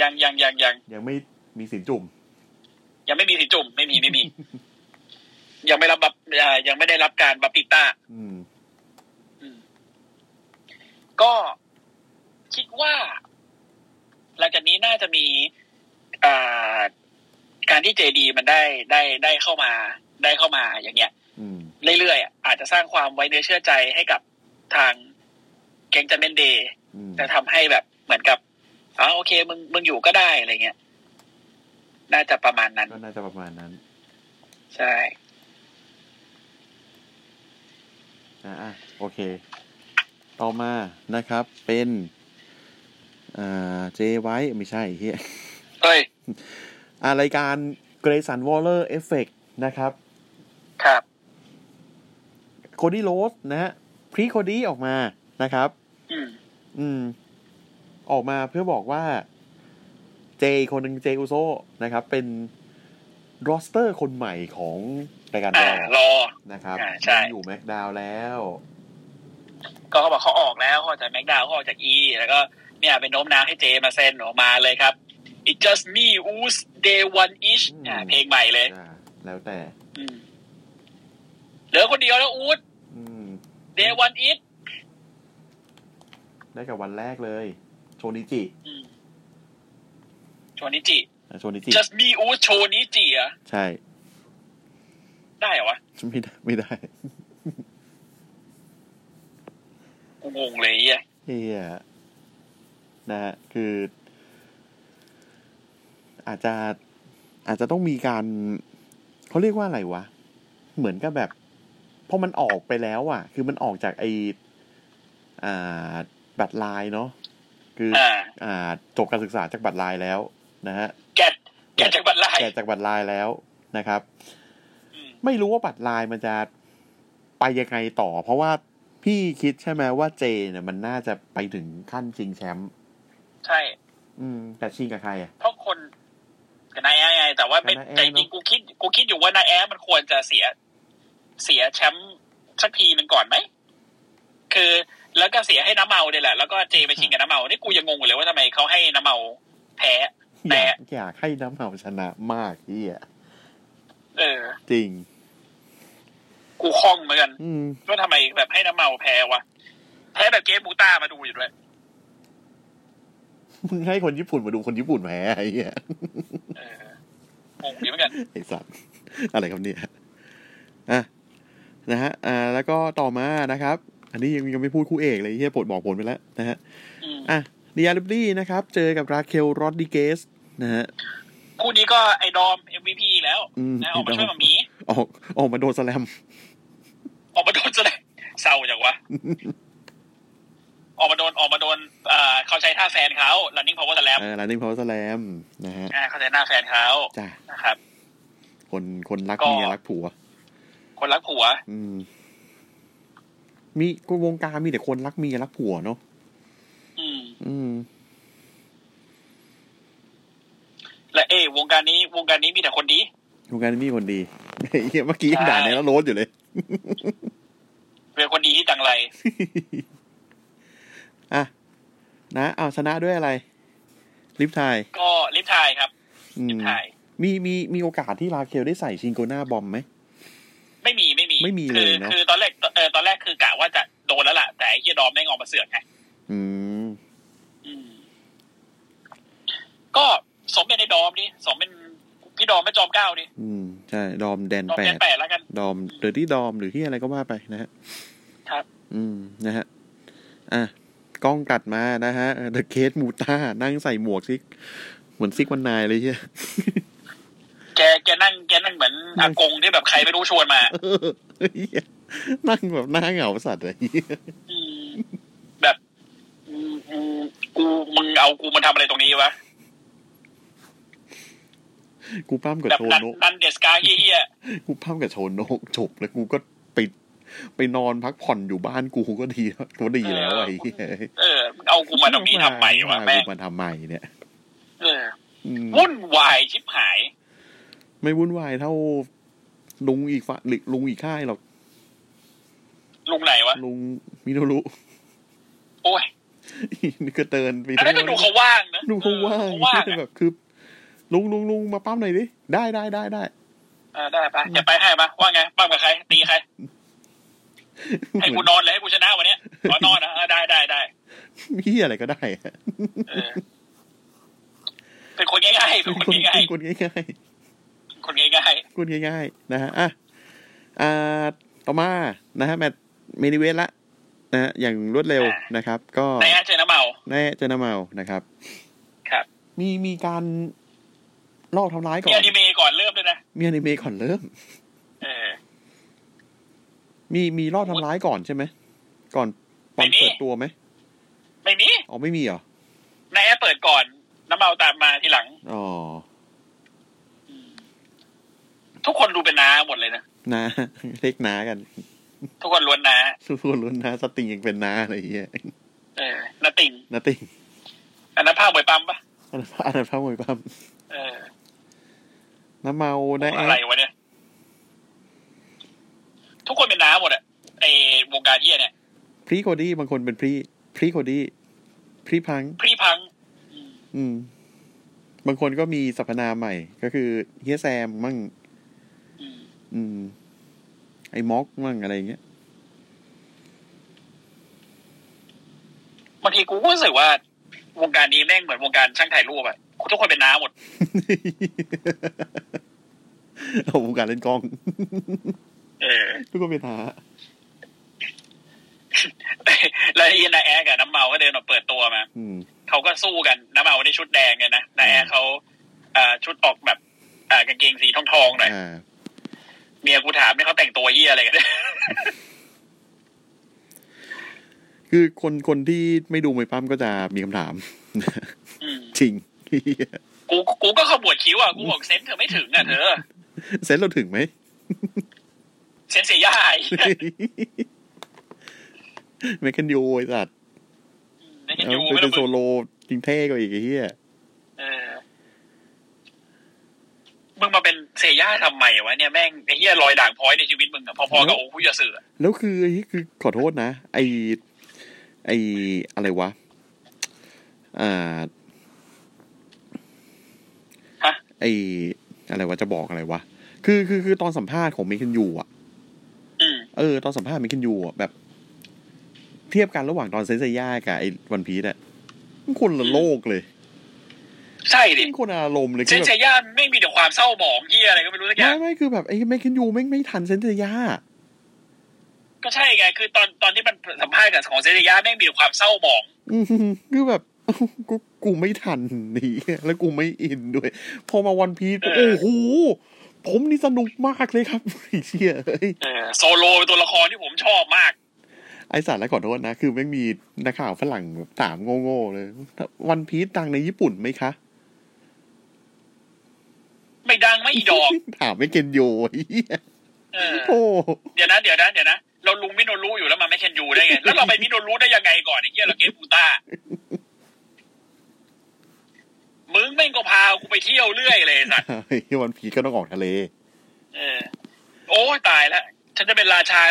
ยังยังยังยัง
ยังไม่มีสินจุ่ม
ยังไม่มีสินจุ่มไม่มีไม่มี ยังไม่รับบัพอ่ายังไม่ได้รับการบัพติต้า
อืม
อืมก็คิดว่าหลังจากนี้น่าจะมีอ่าการที่เจดีมันได้ได้ได้เข้ามา ได้เข้ามาอย่างเงี้ย
อืม
เรื่อยๆอ่ะอาจจะสร้างความไว้เนื้อเชื่อใจให้กับทางแก๊งจันเมนเดย์
อืม
จะทำให้แบบเหมือนกับอ๋อโอเคมึงมึงอยู่ก็ได้อะไรเงี้ย น่าจะประมาณนั้น
ก็น่าจะประมาณนั้น
ใช่
อ่ะอ่ะโอเค ต่อมานะครับ เป็นอ่าเจไว้ไม่ใช่เฮีย
เฮ้ย
อ่ารายการเกรซันวอลเลอร์เอฟเฟกนะครับ
ครับ
โคดี้โรสนะฮะพรีโคดี้ออกมานะครับ
อืม
อืม ออกมาเพื่อบอกว่าเจอีกคนหนึ่งเจอุโซนะครับ เป็นรอสเตอร์คนใหม่ของรายการ
อ่า
เรา
รอ
นะครับ
อ่าใช่
ไม่อยู่แม็กดาวน์แล้ว
ก็เขาบอกเขาออกแล้วเขาออกจากแม็กดาวเขาออกจากอี แล้วก็เนี่ยเป็นโน้มน้าวให้เจมาเซ็นออกมาเลยครับ it just me who's day one ish อ่าเพลงใหม่เลย
อ่าแล้วแต่
อืมเหลือคนเดียวแล้วอูด
อืม
day one ish
ได้กับวันแรกเลย โชนิจิ
อืมโชนิจิ
อ่ะโชนิจิ
just me อูโชนิจิเหรอะ
ใช่
ได้เหรอวะ
ไม่ได้ไม่ได้
กูงงเลยไอ่ะ
เฮียนะฮะคือ อาจจะอาจจะต้องมีการเขาเรียกว่าอะไรวะ เหมือนกับแบบพอมันออกไปแล้วอ่ะ คือมันออกจากไออ่า บัตรลายเนาะคือ
อ่า
อ่าจบการศึกษาจากบัตรลายแล้วนะฮะ
แกะแกะจากบัตรลาย
แก่จากบัตรลายแล้วนะครับ
อืม
ไม่รู้ว่าบัตรลายมันจะไปยังไงต่อ เพราะว่าพี่คิดใช่ไหมว่าเจเนี่ยมันน่าจะไปถึงขั้นชิงแชมป์
ใช่
อืม แต่ชิงกับใครอ่ะ
เพราะคนกับนายแอร์ไงแต่ว่าเป็น
กับนายแอร์
แต่จริง
เนอะ
ๆกูคิด กูคิดอยู่ว่านายแอร์มันควรจะเสีย เสียแชมป์สักทีหนึ่งก่อนไหม คือแล้วก็เสียให้น้ำเมาเนี่ยแหละ แล้วก็เจไปชิงกับน้ำเมานี่กูยังงงอยู่เลยว่าทำไมเขาให้น้ำเมาแพ้
อ
แต่
ยากอยากให้น้ำเหมาชนะมากที่อ่ะ
เออ
จริง
กูคล่องเหมือนกัน
อืม
ว่าทำไมแบบให้น้ำเมาแพ้วะ แพ้แบบเกมบูต้ามาดูอยู่ด้วย
มึงให้คนญี่ปุ่นมาดูคนญี่ปุ่นแพ้ไอ้เหี้ย
เอองงดีเหมือนกัน
ไอ้สัตว์อะไรครับเนี่ยอ่ะนะฮะอ่าแล้วก็ต่อมานะครับ อันนี้ยังยังไม่พูดคู่เอกเลยเฮียปวดบอกผลไปแล้วนะฮะ
อืม
อ่ะเดียริบลี่นะครับ เจอกับราเคลโรดดิเกสนะฮะ
คู่นี้ก็ไอ้ดอม MVP อีกแล้ว
อืม
นะออกมาช่วยหมาหมี
ออกออกมาโดนสแลม
ออกมาโดนจะได้เศร้าจัง วะ ออกมาโดนออกมาโดนเอ่อเขาใช้ท่าแฟนเขา running power slam
เออ running power slam นะฮะ
อ่าเขาใช้หน้าแฟนเขา
จ้ะ
นะครับ
คนคนรัก
ก็
เมียรักผัว
คนรักผัว
อืม มีคนวงการมีแต่คนรักเมียรักผัวเนาะ
อืม
อืม
และเอยวงการนี้วงการนี้มีแต่คนดี
ลุงการนี่คนดี ไอ้เหี้ยเมื่อกี้ยังด่าในแล้วโรสอยู่เลย
เป็นคนดีที่ต่าง ไร
อ่ะ นะเอาชนะด้วยอะไร ลิฟทาย
ก็ลิฟทายครับ
อื
ลิ
ม
ฟทาย
มีมีมีโอกาสที่ลาเคลได้ใส่ชิงโกหน้าบอมไหม
ไม่มีไม่มี
ไม่มี
คือ
เลยเนอะ
คือตอนแรกเออตอนแรกคือกะว่าจะโดนแล้วล่ะ แต่ไอ้เฮียดอมแม่งออกมาเสือกไง
อืม
อืม ก็สมเป็นไอ้ดอมนี่สมเป็นพี่ดอมไม่จอมเกล้านี่
อืม ใช่ ดอมแดน
ดอม
แป
แด
ด
นแปดแล้วกัน
ดอมหรือที่ดอมหรือที่อะไรก็ว่าไปนะฮะ
ครับ
อืมนะฮะ อ่ะ กล้องตัดมานะฮะเดอะเคสมูต้านั่งใส่หมวกซิก เหมือนซิกวันนายเลยเฮีย
แกแกนั่งแกนั่งเหมือนอากงที่แบบใครไม่รู้ชวนมา
เออเหี้ยนั่งแบบหน้าเหงาสัตว์เลยเหี้ย
อืมแบบอืมอืมกูมึงเอากูมาทำอะไรตรงนี้วะ
กูปั้มกับ
แบบ
โช
นัน
นก
นันเดสกาเฮีย
กูปั้มกับโชนกจบแล้วกูก็ไปไปนอนพักผ่อนอยู่บ้านกูก็ดีแล้วก็ดีแล้วไอ้เหี้ย
ๆเออมึงเอากูมาตรงนี้ทำไมวะแม่ง
กูมาทำไมเนี่ย
เออ
อืม
วุ่นวายชิบหาย
ไม่วุ่นวายเท่าลุงอีกฝ่ายลุงอีกค่ายหรอก
ลุงไหนวะ
ลุงมิโนรุ
โอ้ย
นี่ก็เดินไป
อันนั้นก็ดูเขาว่างนะ
ดูเขาว่าง
เออ
เหี้
เขาว่าย ง
แต่
อะ
แบบคือ ลุงลุงลุงมาปั้มหน่อยดิได้ได้ได้ได้
เออได้ปะจะไปให้ปะว่าไงปั้มกับใคร ตีใคร ให้กูนอนเลยให้กูชนะวันเนี้ยขอนอนนะเออได้ได้ได้
มี เหี้ยอะไรก็ได้อะ
เออเป็นคนง่ายๆเป็นคนง่าย
คนง่าย
ๆเป็นคนง่าย
ๆคนง่ายๆนะฮะอ่ะอ่าต่อมานะฮะแมตช์เมนิเวทละนะฮะอย่างรวดเร็วนะครับ ก็
ๆในอาเจอน้ำเมา
แน่เจอหนาเมานะครับ
ครับ
มีมีการลอกทำร้ายก่อ
มี
น
อนิเมะก่อนเริ่มด้วยนะ
มีอนิเมะก่อนเริ่ม
เออ
มีมีลอกทำร้ายก่อนใช่ไหมก่อนตอน
ไม่มี
เปิดตัวไหม
ไม่มี
อ๋อไม่มีเหรอ
ในแอปเปิดก่อนน้ำเมาตามมาทีหลัง
อ๋อ
ทุกคนดูเป็นน้าหมดเลยนะ
นา เล็กนา กัน
ทุกคนล้วนน้า
สู้ๆลุ้นนาสติงยังเป็นนาอะไรอย่างเงี้ย
เออนาติง
นาติง
อันนั้นภาพบวยปั๊มปะ
อันนั้นอันนั้นพระมวยปั้ม
เออ
น้ำเมา
อ
นะแอ
อะไร
ด
วะเนี่ย ทุกคนเป็นน้าหมดอะไอวงการเยี่ยเนี่ย
พรีโคดี้บางคนเป็นพรีพรีโคดี้พรีพัง
พรีพัง
อืม บางคนก็มีสรรพนามใหม่ ก็คือเฮียแซมมั่ง
อืม
อืม ไอ้ม็อกมั่งอะไรอย่างเงี้ ย
บางทีกูก็รู้สึกว่าวงการนี้แม่งเหมือนวงการช่างถ่ายรูปอะทุกคนเป็นน้าหมด
เราวงการเล่นกล้อง
เออ
ทุกคนเป็นหา
แล้วไอ้นาแอ๊กกับน้ำเมาก็เดินออกเปิดตัวมา
อืม
เขาก็สู้กันน้ำเมาในชุดแดงเนี่ยนะนาแอ๊กเขาเอ่อชุดออกแบบเอ่อกางเกงสีทองทองๆหน่อย
อ่า
เมียกูถามเนี่ยเขาแต่งตัวเยี่ยอะไรกัน
คือคนคนที่ไม่ดูมวยปั้มก็จะมีคำถาม
อืม
จริงเหี้ย
กูกูก็ขบวดคิ้วอ่ะกูบอกเซนส์เธอไม่ถึงอ่ะเธอ
เซนส์เราถึงไหม
เซนส์เสียยาย
เมคันยูไอ้สัตว์
ไม่
เอา
ใช่ยู
ไป
ไม่
เป็
ต้อน ง
โซ
มึง
โลจริงเท่กว่าอีกไอ้เหี้ย
เออมึงมาเป็นเสียย่าทำไมวะเนี่ยแม่งไอ้เหี้ยรอยด่างพร้อยในชีวิตมึงอะพอๆกับโอ้คุยเสือ
แล้วคือไอ้คือ ขอโทษนะ ไอไออะไรวะ อ่า
ฮะ
ไออะไรวะจะบอกอะไรวะ คือคือคือตอนสัมภาษณ์ของเมคันยูอ่ะ
อืม
เออตอนสัมภาษณ์มิคินยูอ่ะแบบ เทียบกันระหว่างตอนเซนเซย่ากับไอ้วันพีซอ่ะมันคนละโลกเลย
ใช่ดิ
มันคนละอารมณ์เลย
เซ
คื
น
อ
เซ
แบบ
ย่าไม่มีแต่ความเศร้าหมองเยี่ยอะไรก็ไม่รู้สักอ
ไม่
ย่าง
ไม่คือแบบไอ้เมคินยูไม่งไม่ทันเซนเซย่า
ก็ใช่ไง คือตอนตอนที่มันสัมภาษณ์กับของเซนเซย่าแม่งมีแต่ความเศร้าหมอง
อือหือ คือแบบกูกูไม่ทันนี่แล้ว กูไม่อินด้วย พอมาวันพีซ
เออ
โอ้โหผมนี่สนุกมากเลยครับ ไอ้เชี่ยเอ้ย
เออโซโลเป็นตัวละครที่ผมชอบมาก
ไอสารและขอโทษนะ คือแม่งมีนักข่าวฝรั่งแบบถามโง่ๆเลยวันพีซดังในญี่ปุ่นไหมคะ
ไม่ดังไม่อีดอก
ถามไม่เกนโยไอ้เหี้ย
เอ อ
โอ้
เดี๋ยวนะเดี๋ยวนะเดี๋ยวนะเราลุงมิโนรู้อยู่แล้วมันไม่เคนยูได้ไง แล้วเราไปมิโนรู้ได้ยังไงก่อนไอ้เหี้ยเราเกมบูต้ามึงแม่งก็พากูไปเที่ยวเรื่อยเลยสัตว์
ไอ้วันพีชก็ต้องออกทะเล
เออ โอ้ยตายแล้ว ฉันจะเป็นราชา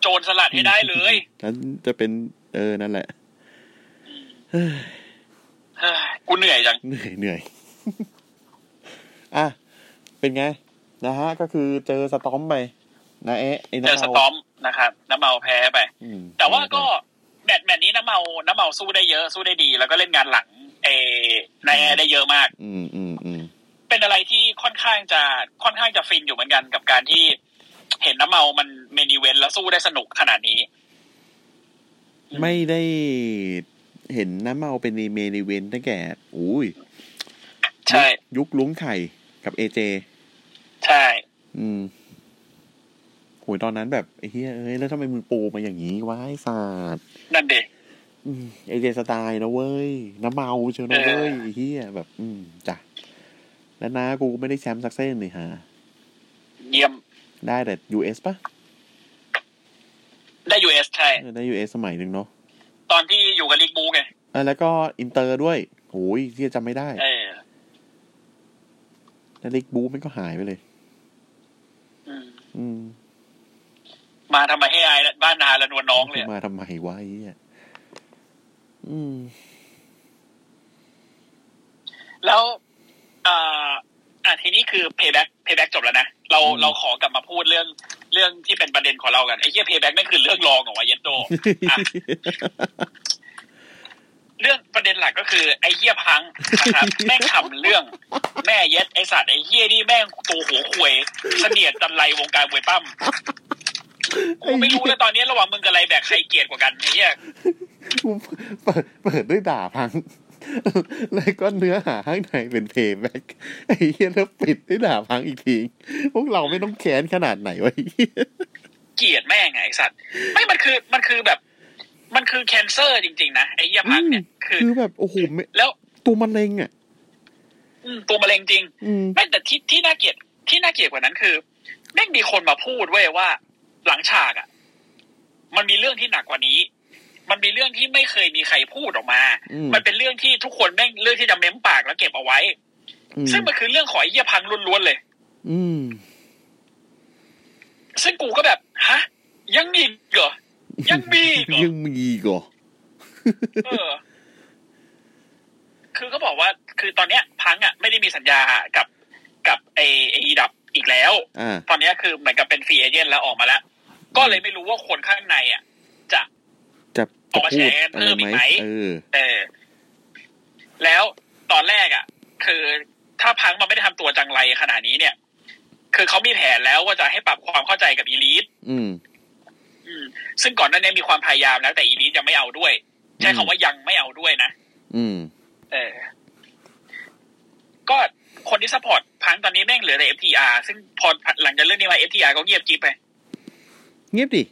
โจรสลัดให้ได้เลย
นั้นจะเป็นเออนั่นแหละเฮ้ย
เฮ้ยกูเหนื่อยจัง
เหนื่อยเหนื่อย อ่ะ เป็นไง นะฮะ ก็คือเจอสตอมไปนะเอ๊ะไอ้
เจ
น้า
อสตอมนะครับ น้ำเมาแพ้ไป
อืม
แต่ว่าก็แมตช์แมตช์นี้น้ำเมา น้ำเมาสู้ได้เยอะ สู้ได้ดี แล้วก็เล่นงานหลังเออนายแอร์ได้เยอะมาก
อืมอืมอืม
เป็นอะไรที่ค่อนข้างจะค่อนข้างจะฟินอยู่เหมือนกันกับการที่เห็นน้ำเมามันเมนิเวนแล้วสู้ได้สนุกขนาดนี้
ไม่ได้เห็นน้ำเมาเป็นในเมนิเวนตั้งแต่อุ้ย
ใช่
ยุคล้วงไข่กับเอเจ
ใช่
อืมโหยตอนนั้นแบบไอ้เฮียเอ้ย แล้วทำไมมึงปูมาอย่างนี้วะไอ้สัตว์
นั่นเด็
อืมไอเจสไตล์นะเว้ย น้ำเมาเชียวนะเว้ยไอ้เฮียแบบ อืมจ้ะ แล้วนะกูไม่ได้แชมป์สักเส้นเลยฮะ
เยี่ยม
ได้แต่ US ปะ
ได้ยูเอสใช่
เออได้ US สมัยหนึ่งเนาะ
ตอนที่อยู่กับลิกบูไง
เออแล้วก็อินเตอร์ด้วยโหยเฮียจำไม่ได้
เออ
แล้วลิกบูมันก็หายไปเลย
อืม
อืม
มาทำไมให้อายบ้านนาละนวลน้องเลยอะ
มาทำไมวะไอ้เฮียอืม
แล้วอ่าอ่ะทีนี้คือเพย์แบ็กเพย์แบ็กจบแล้วนะ เรา
อืม
เราขอกลับมาพูดเรื่องเรื่องที่เป็นประเด็นของเรากัน ไอ้เหี้ยเพย์แบ็กนั่นคือเรื่องรองของวาเยนโด อ่ะ เรื่องประเด็นหลักก็คือ ไอ้เหี้ยพัง นะครับ แม่งทำเรื่องแม่เย็ดไอ้สัตว์ไอ้เหี้ยนี่แม่งตัวหัวควยเสนียดจันไรวงการมวยปั้มกูไม่รู้เลยตอนนี้ระหว่างมึงกับไรแบกใครเกลียดกว่ากันไอ้เหี้ย
กู เปิดเปิดด้วยด่าพัง แล้วก็เนื้อหาข้างในเป็นเพย์แบ็กไอ้เหี้ยแล้วปิดด้วยด่าพังอีกที พวกเราไม่ต้องแค้นขนาดไหนวะไอ้เหี้ย
เกลียดแม่งไงไอ้สัตว์ไม่มันคือมันคือแบบ มันคือแคนเซอร์จริง ๆ นะ ไอ้เหี้ยพังเนี่ยคือ
คือแบบ โอ้โหไม่
แล้ว
ตัวมันเลงอ่ะ
อืมตัวมะเร็งจริง
อืม
แม่งแต่ที่ที่น่าเกลียดที่น่าเกลียดกว่านั้นคือแม่งมีคนมาพูดเว้ยว่า หลังฉากอ่ะ มันมีเรื่องที่หนักกว่านี้ มันมีเรื่องที่ไม่เคยมีใครพูดออกมา
อืม
มันเป็นเรื่องที่ทุกคนแม่งเรื่องที่จะเม้มปากแล้วเก็บเอาไว้
อืม
ซึ่งมันคือเรื่องของไอ้เหี้ยพังล้วนๆเลย
อืม
ซึ่งกูก็แบบฮะ ยังมีอีกเหรอยังมีอีกเหรอ
ยังมีอีก่อ
เออ คือเขาบอกว่า คือตอนเนี้ย พังอ่ะไม่ได้มีสัญญากับกับไอไอดับอีกแล้ว
อ่า
ตอนเนี้ยคือเหมือนกับเป็นฟรีเอเจนต์แล้วออกมาแล้ว ก็เลยไม่รู้ว่าคนข้างในอ่ะ จะ
จะ
อ
จะ
อกมา
พูด
แฉเพิ่
อะไร
มอีก
ไหม
ไหม
เออ
เออ แล้วตอนแรกอ่ะ คือถ้าพังมันไม่ได้ทำตัวจังไรขนาดนี้เนี่ย คือเขามีแผนแล้วว่าจะให้ปรับความเข้าใจกับอีลีท
อืม
อืม ซึ่งก่อนหน้านี้มีความพยายามแล้วแต่อีลีทยังไม่เอาด้วย ใช้คำว่ายังไม่เอาด้วยนะ
อืม
เออ ก็คนที่สปอร์ตพังตอนนี้แม่งเหลือแต่ FTR ซึ่งพอหลังจากเรื่องนี้มา FTR ก็เงียบกริบไป
เงียบดิ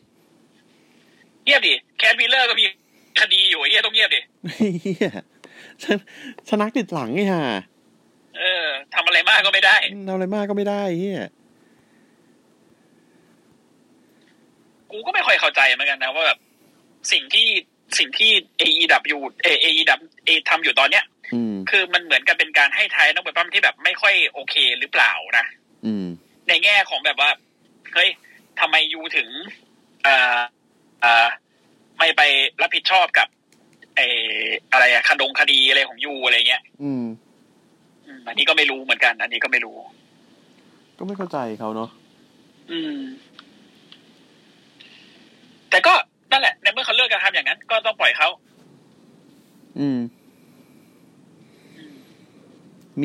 เงียบดิ แคทวีเลอร์ก็มีคดีอยู่ไอ้เฮียต้องเงียบดิ
ไอ้เฮีย ชนะชนะติดหลังไงฮะ
เออทำอะไรมากก็ไม่ได้
เอาอะไรมากก็ไม่ได้ไอ้เฮีย
กูก็ไม่ค่อยเข้าใจเหมือนกันนะว่าแบบสิ่งที่สิ่งที่ AE ดับอยู่เอ AE ดับเอทำอยู่ตอนเนี้ย
อืม
คือมันเหมือนกับเป็นการให้ไทายนักมวยปั้มที่แบบไม่ค่อยโอเคหรือเปล่านะ
อืม
ในแง่ของแบบว่าเฮ้ยทำไมยูถึงเอ่อเอ่อไม่ไปรับผิดชอบกับไออะไรอะคดงคดีอะไรของยูอะไรเงี้ย
อืม
อืมอันนี้ก็ไม่รู้เหมือนกัน อันนี้ก็ไม่รู้
ก็ไม่เข้าใจเขาเนาะ
อืม แต่ก็นั่นแหละในเมื่อเขาเลิกกันทำอย่างนั้น ก็ต้องปล่อยเขา
อืม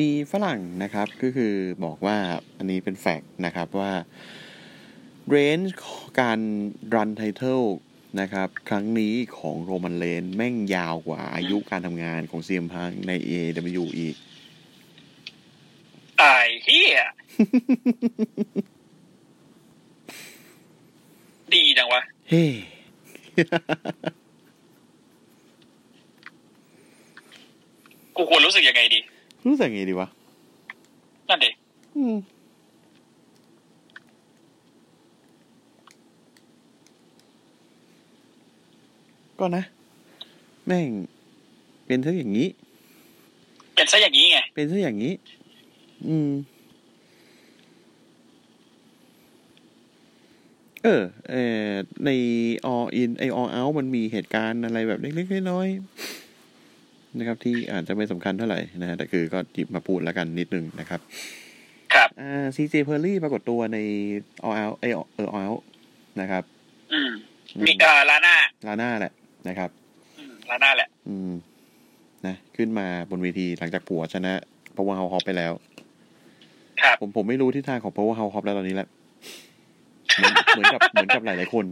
มีฝรั่งนะครับก็คือบอกว่าอันนี้เป็นแฟกต์นะครับว่าเรนจ์การรันไทเทิลนะครับ ครั้งนี้ของโรมันเลนแม่งยาวกว่าอายุการทำงานของเซียมพังใน AW อีก
ตายเฮียดีจังวะ
เฮ้
กูควรรู้สึกยังไงดี
รู้สึกไงดีวะ
นั่นดิ
อืมก็นะ แม่งเป็นเท่อย่างนี้
เป็นซะอย่างนี้ไง
เป็นซะอย่างนี้ อืม เออเออใน all in ไอ all out มันมีเหตุการณ์อะไรแบบเล็กๆน้อยๆนะครับ ที่อาจจะไม่สำคัญเท่าไหร่นะฮะแต่คือก็หยิบมาพูดแล้วกันนิดนึงนะครับ
ครับ
อ่าซีเจเพอร์ลี่ปรากฏตัวใน all out ไอยเออ all out นะครับ
อืม
อืม
มีเอ่อลาน่า
ลาน่าแหละนะครับ
อืมลาน่าแหละ
อืม นะ ขึ้นมาบนเวทีหลังจากผัวชนะพาวเวอร์เฮาฮอปไปแล้ว
ครับ
ผมผมไม่รู้ทิศทางของพาวเวอร์เฮาฮอปแล้วตอนนี้แหละเหมือนเหมือนกับเหมือนกับหลาย ๆ คน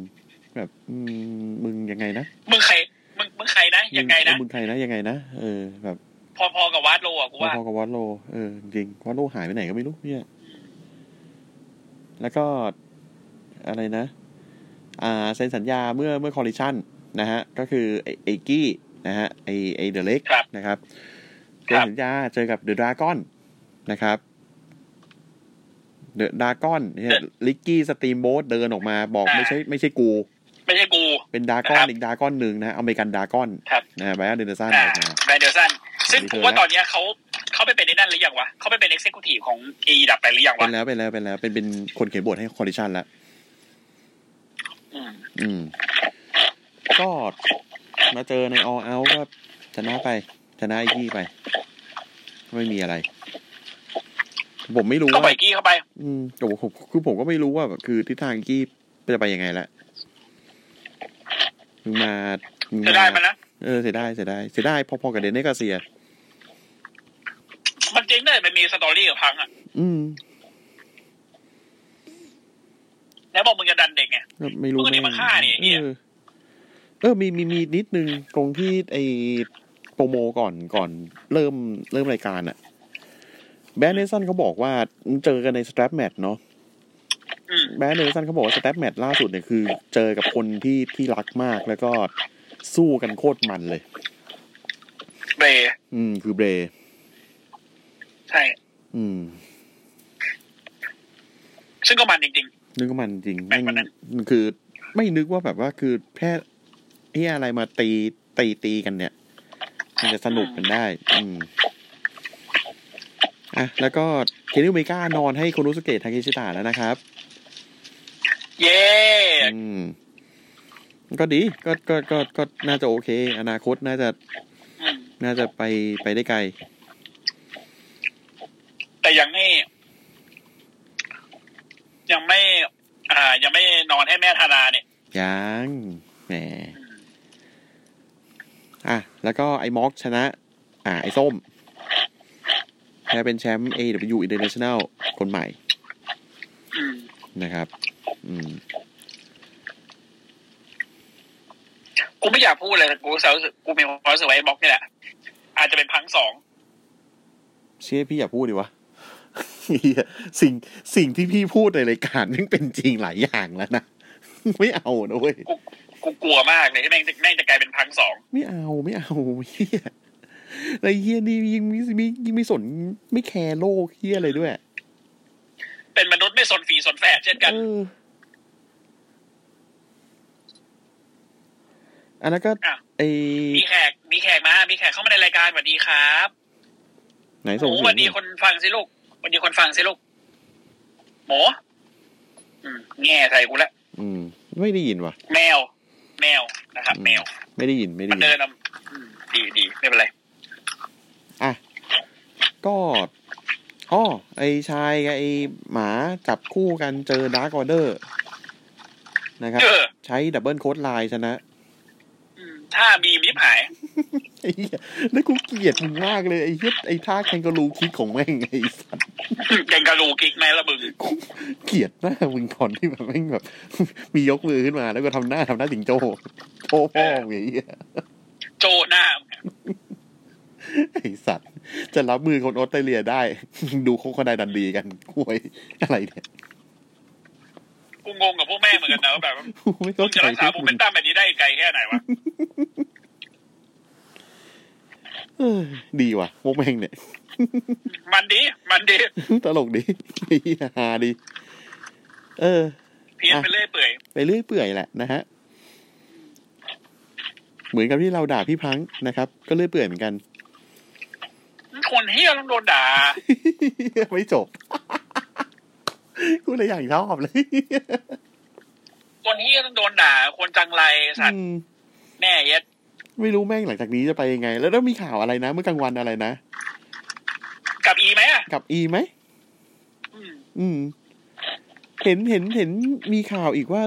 แบบ อืมมึงยังไงนะ
มึงใครมึงมึงใครนะยังไงนะ
มึงใครนะยังไงนะเออแบบ
พอๆกับวาดโลอ่ะกูว่า
พอๆกับวัตโล เออจริงวัตโลหายไปไหนก็ไม่รู้เนี่ย แล้วก็ อะไรนะ อ่าเซ็นสัญญาเมื่อเมื่อคอริชันนะฮะ ก็คือไอ้ไอกี้นะฮะ ไอไอเดอะเล็ก
ครับ
นะครับ
ค
เซ็น
รับ
สัญญาเจอกับเดอะดราก้อนนะครับ เดอะดราก้อนเนี่ยลิกกี้สตรีมโบ๊ทเดินออกมาบอกไม่ใช่ไม่ใช่กู
ไม่ใช่กู
เป็นดราก้อน
ครับ
อีกดราก้อนหนึ่งนะฮะอเมริกันดราก้อน
ครับ
นะฮะไบรอันเดนเดอร์สัน
อ่า
ออกมา
แบรนเดอร์สันซึ่ง
มีเธอ
ผมว่า
แล้ว
ตอนเนี้ยเขาเขาไปเป็นในนั่นหรือยังวะเขาไปเป็นเอ็กเซคิวทีฟของเอดับไปหรือยัง
เป็
วะ
นแล้วเป็นแล้วเป็นแล้ว เป็นเป็นคนเขียนบทให้คอริชันแล้ว
อืม
อืม ก็มาเจอใน all out ก็ชนะไป ชนะไอ้กี้ไป ไม่มีอะไร ผมไม่รู้
ก็ปล่
ว่า
อยกี้เข้าไป
อืมแต่ผมคือผมก็ไม่รู้ว่าแบบคือทิศทางกี้จะไปยังไงละมึงมามึง
จะได้มันนะ
เออเสียดายเสียดายเสียดายพอๆกับเดนเนกาเซีย
มันจริงเลยมันมีสตอรี่กับพังอ่ะ
อืม
แล้วบอกมึงจะดันเด็กไง
ก็ไม่รู้
มึงก็เดี๋ยวมาฆ่านี่ไอ้เหี้ย
เออเออมีมีมีนิดนึงตรงที่ไอโปรโมก่อนก่อนเริ่มเริ่มรายการอะแบรนด์เนสันเขาบอกว่ามึงเจอกันในสแตรปแมทเนาะ
อืม
แบรนด์เนสันเขาบอกว่าสแตรปแมทล่าสุดเนี่ยคือเจอกับคนที่ที่รักมากแล้วก็สู้กันโคตรมันเลย
เบรย์
อืม คือเบร
ใช่
อืม
ซึ่งก็มันจริง
นึกว่ามันจริง
แม่งมันนั้น
มันคือ ไม่นึกว่าแบบว่าคือแค่ไอ้อะไรมาตีตีตีกันเนี่ย มันจะสนุกกันได้ อืมอ่ะแล้วก็เคนนิวเมกานอนให้โคโนุสเกะทาเคชิตะแล้วนะครับ
ๆ เย้
อืม ก็ดีก็ก็ก็ก็น่าจะโอเค อนาคตน่าจะ
อืม
น่าจะไปไปได้ไกล
แต่ยังไม่ ยังไม่ อ่า ยังไม่นอนให้แม่ธานาเนี่ย
ยังแหมอ่ะ แล้วก็ไอ้ม็อกชนะ อ่า ไอ้ส้มแกเป็นแชมป์ AW International คนใหม่
อืม
นะครับ อืม
กูไม่อยากพูดเลยแต่กูรู้สึกกูมีความรู้สึกว่าไอ้บล็อกนี่แหละ อาจจะเป็นพังสอง
เชื่อพี่อย่าพูดดิวะ เหี้ยสิ่งสิ่งที่พี่พูดในรายการนั่นเป็นจริงหลายอย่างแล้วนะ ไม่เอานะเว้ย
กูกูกลัวมากเลยที่แม่งจะแม่งจะกลายเป็นพังสอง
ไม่เอาไม่เอาเฮียไอ้เฮียนี่ยิ่งไม่ไม่ยิ่งไม่สนไม่แคร์โลกเฮียอะไรด้วย
เป็นมนุษย์ไม่สนฝีสนแฝดเช่นกัน
เอออันนั้นก็
อ่ะ
ไอ
มีแขก มีแขกมา มีแขกเข้ามาในรายการสวัสดีครับ
ไหน
ห
ส่ง
มู
เสี
สวัสดี
ยง
คนฟังสิลูกสวัสดีคนฟังสิลูกหมูอืมแง่ใส่กูละ
อืม ไม่ได้ยินว่ะ
แมว แมวนะครับ แมว
ไม่ได้ยินไม่ได้
มัน
ยิน
เดินอ่ะอืมดีดีไม่เป็นไร
อ่ะ ก็อ๋อไอชายกับไอหมาจับคู่กันเจอดาร์กออเดอร์ นะครับ
เออ
ใช้ดับเบิลโค้ดไลน์ชนะ
อืมถ้ามีมิบหาย
ไอ้เหี้ยแล้วกูเกลียดมึงมากเลย ไอ้เหี้ยไอ้ท่าแคนการูคิดของแม่งไอ้ สัส
ยังกระลูกิกแม่ละบึง
กูเกลียดหน้ามึงก่อนที่แบบแม่งแบบ มียกมือขึ้นมาแล้วก็ทำหน้าทำหน้าสิงโจ้ โจ้พ่อมึงไอ้เหี้ย
โจหน้า
ไอ้สัตว์ จะรับมือคนออสเตรเลียได้ ดูโคคนไดดันดีกันกล้วยอะไรเนี่ย
กูงงกับพวกแม่เหมือนกันนะว่าแบบว่า
กูไม่ ต้
มึ
อง
ง
ใจ
จะรักษา
ที่
โม
คุ
เม
ณ
นตัมแบบนี้ได้ไกลแค่ไหนวะ
เออดีว่ะพวกแม่งเนี่ย
มันดี มันดี
ตลกดีไอ้เหี้ยฮาดี เออ
เพี้ยนไปเรื่อยเปื่อย
ไปเรื่อยเปื่อยแหละนะฮะ เหมือนกับที่เราด่าพี่พังนะครับ ก็เรื่อยเปื่อยเหมือนกัน
คนเฮียต้องโดนด่า
ไม่จบ กูเลยอย่างชอบเลย
คนที่ต้องโดนด่า คนจังไรสัตว์
อืม
แน่เย็ด
ไม่รู้แม่งหลังจากนี้จะไปยังไง แล้วแล้วมีข่าวอะไรนะ เมื่อกลางวันอะไรนะ
กลับอีไหมอ่ะ
กับอีไหม
อืม
อืม เห็นเห็นเห็นมีข่าวอีกว่า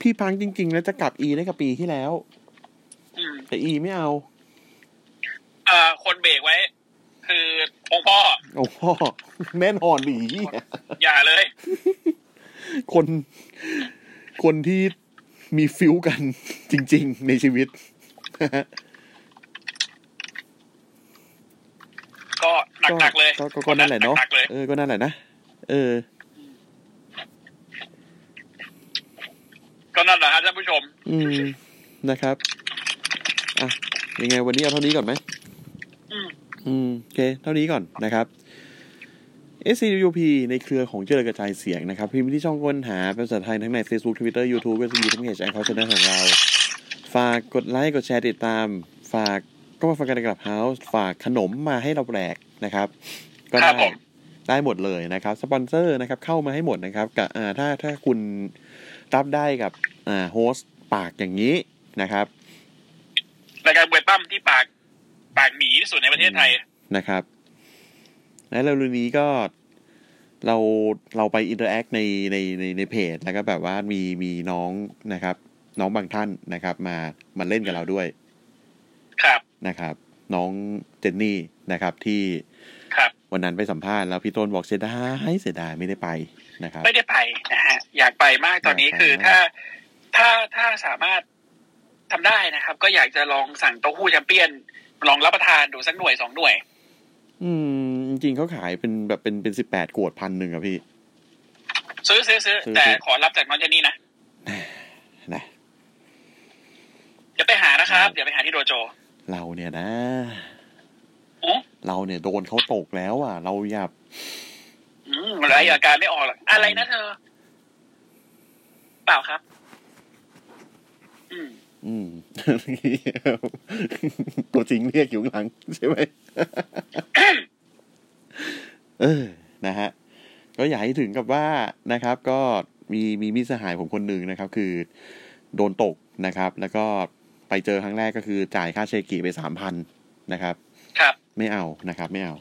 พี่พังจริง ๆ แล้วจะกลับอีได้กับปีที่แล้ว
อืม
แต่อีไม่เอา
เอ่อคนเบรกไว้ คือองค์พ่อ
โอ้โหแน่นอนดี
อย่าเลย
คน คนที่มีฟิวกันจริง ๆ ในชีวิต
ก็หนัก
ก็
หนักๆเลย
ก็ก็ก็นั่นแหละเนาะ
หนักๆเลย
เออก็นั่นแหละนะเออ
ก็นั่นแหละฮะท่านผู้ชม
อืมนะครับ อ่ะ ยังไงวันนี้เอาเท่านี้ก่อนไหม
อืม
อืม โอเค เท่านี้ก่อนนะครับ s c u p ในเครือของเจริญกระจายเสียงนะครับ พิมพ์ที่ช่องค้นหาเป็นภาษาไทยทั้งใน Facebook Twitter YouTube ก็จะมีทั้งเพจแอนคอร์ชแนลของเรา ฝากกดไลค์ กดแชร์ติดตาม ฝากก็มาฟังกันในกลับเฮาส์ฝากขนมมาให้เราแปลกนะครับ ก็
ครั
ได้
บผม
ได้หมดเลยนะครับ สปอนเซอร์นะครับ เข้ามาให้หมดนะครับกับอ่าถ้าถ้าคุณรับได้กับอ่าโฮสต์ปากอย่างนี้นะครับ
รายการเวทปั้มที่ปาก ปากหมีที่สุดในประเทศไทย
นะครับ และเร็วๆนี้ก็เราเราไปอินเตอร์แอคในในในในเพจ แล้วก็แบบว่ามีมีน้องนะครับ น้องบางท่านนะครับ มามาเล่นกับเราด้วย
ครับ
นะครับ น้องเจนนี่นะครับ ที่
ครับ
วันนั้นไปสัมภาษณ์แล้วพี่ต้นบอกเสียดายเสียดายไม่ได้ไปนะครับ
ไม่ได้ไปนะฮะ อยากไปมากตอนนี้
อยากไป
คือ
มาก
ถ้าถ้าถ้าสามารถทำได้นะครับ ก็อยากจะลองสั่งเต้าหู้แชมเปี้ยน ลองรับประทานดูสักหน่วยสองหน่วย
อืม จริงๆเขาขายเป็นแบบเป็นเป็นสิบแปดขวดพันหนึ่งอะพี่
ซื้อซื้อซื้อ
ซื้อ
แต่
ซื้อ
ขอรับจากน้องเจนนี่นะ
นะ
อย่าไปหานะครั
ครั
บ
บ
อย่าไปหาที่โดโจ
เราเนี่ยนะ
อืม
เราเนี่ยโดนเขาตกแล้วอ่ะ เราอย่า
อืมอะไรอาการไม่ออกหรอกอะไรนะเธอ เปล่าครับ อืม
อืม ตัวจริงเรียกอยู่ข้างหลัง ใช่ไหม เออ นะฮะ ก็อยากให้ถึงกับว่านะครับ ก็มีมีมิตรสหายผมคนหนึ่งนะครับ คือ โดนตกนะครับ แล้วก็ไปเจอครั้งแรกก็คือจ่ายค่าเชกิไปสามพันนะครับ
ครับ
ไม่เอานะครับ ไม่เอา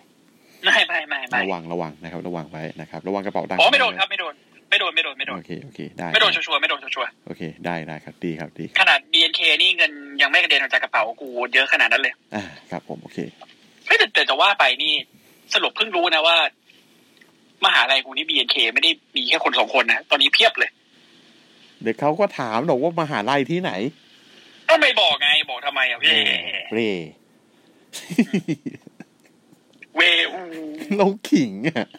ไม่ไม่ไม่ไม่
ระวังระวังนะครับ ระวังไว้นะครับ ระวังกระเป๋าตังค์
อ๋อไม่โดนครับไม่โดน ไม่โดนไม่โดนไม่โดน
โอเคโอเคได้
ไม่โดนชัวร์ๆไม่โดนชัวร์
โอเค ได้ได้ครับดีครับดี
ๆขนาด BNK นี่เงินยังไม่กระเด็นออกจากกระเป๋ากูเยอะขนาดนั้นเลย
อ่าครับผมโอเค
ไม่แต่แต่จะว่าไปนี่ สรุปเพิ่งรู้นะว่า มหาลัยกูนี่ BNK ไม่ได้มีแค่คนสองคนนะ ตอนนี้เพียบเลย
เดี๋ยวเขาก็ถามหรอกว่ามหาลัยที่ไหน
ก็ไม่บอกไงบอกทำไมอ่ะพี่
เร่
เวอู
เราขิงอ่ะ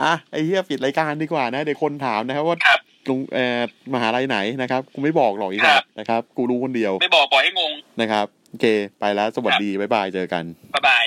อ่ะ ไอ้เหี้ยปิดรายการดีกว่านะ เดี๋ยวคนถามนะครับว่า
ครับ
ลุงเอ่อมหาลัยไหนนะครับ กูไม่บอกหรอกอีก
ครับ
นะครับ กูรู้คนเดียว
ไม่บอกปล่อยให้งง
นะครับ โอเค ไปแล้ว สวัสดี บ๊ายบาย เจอกัน
บ๊ายบาย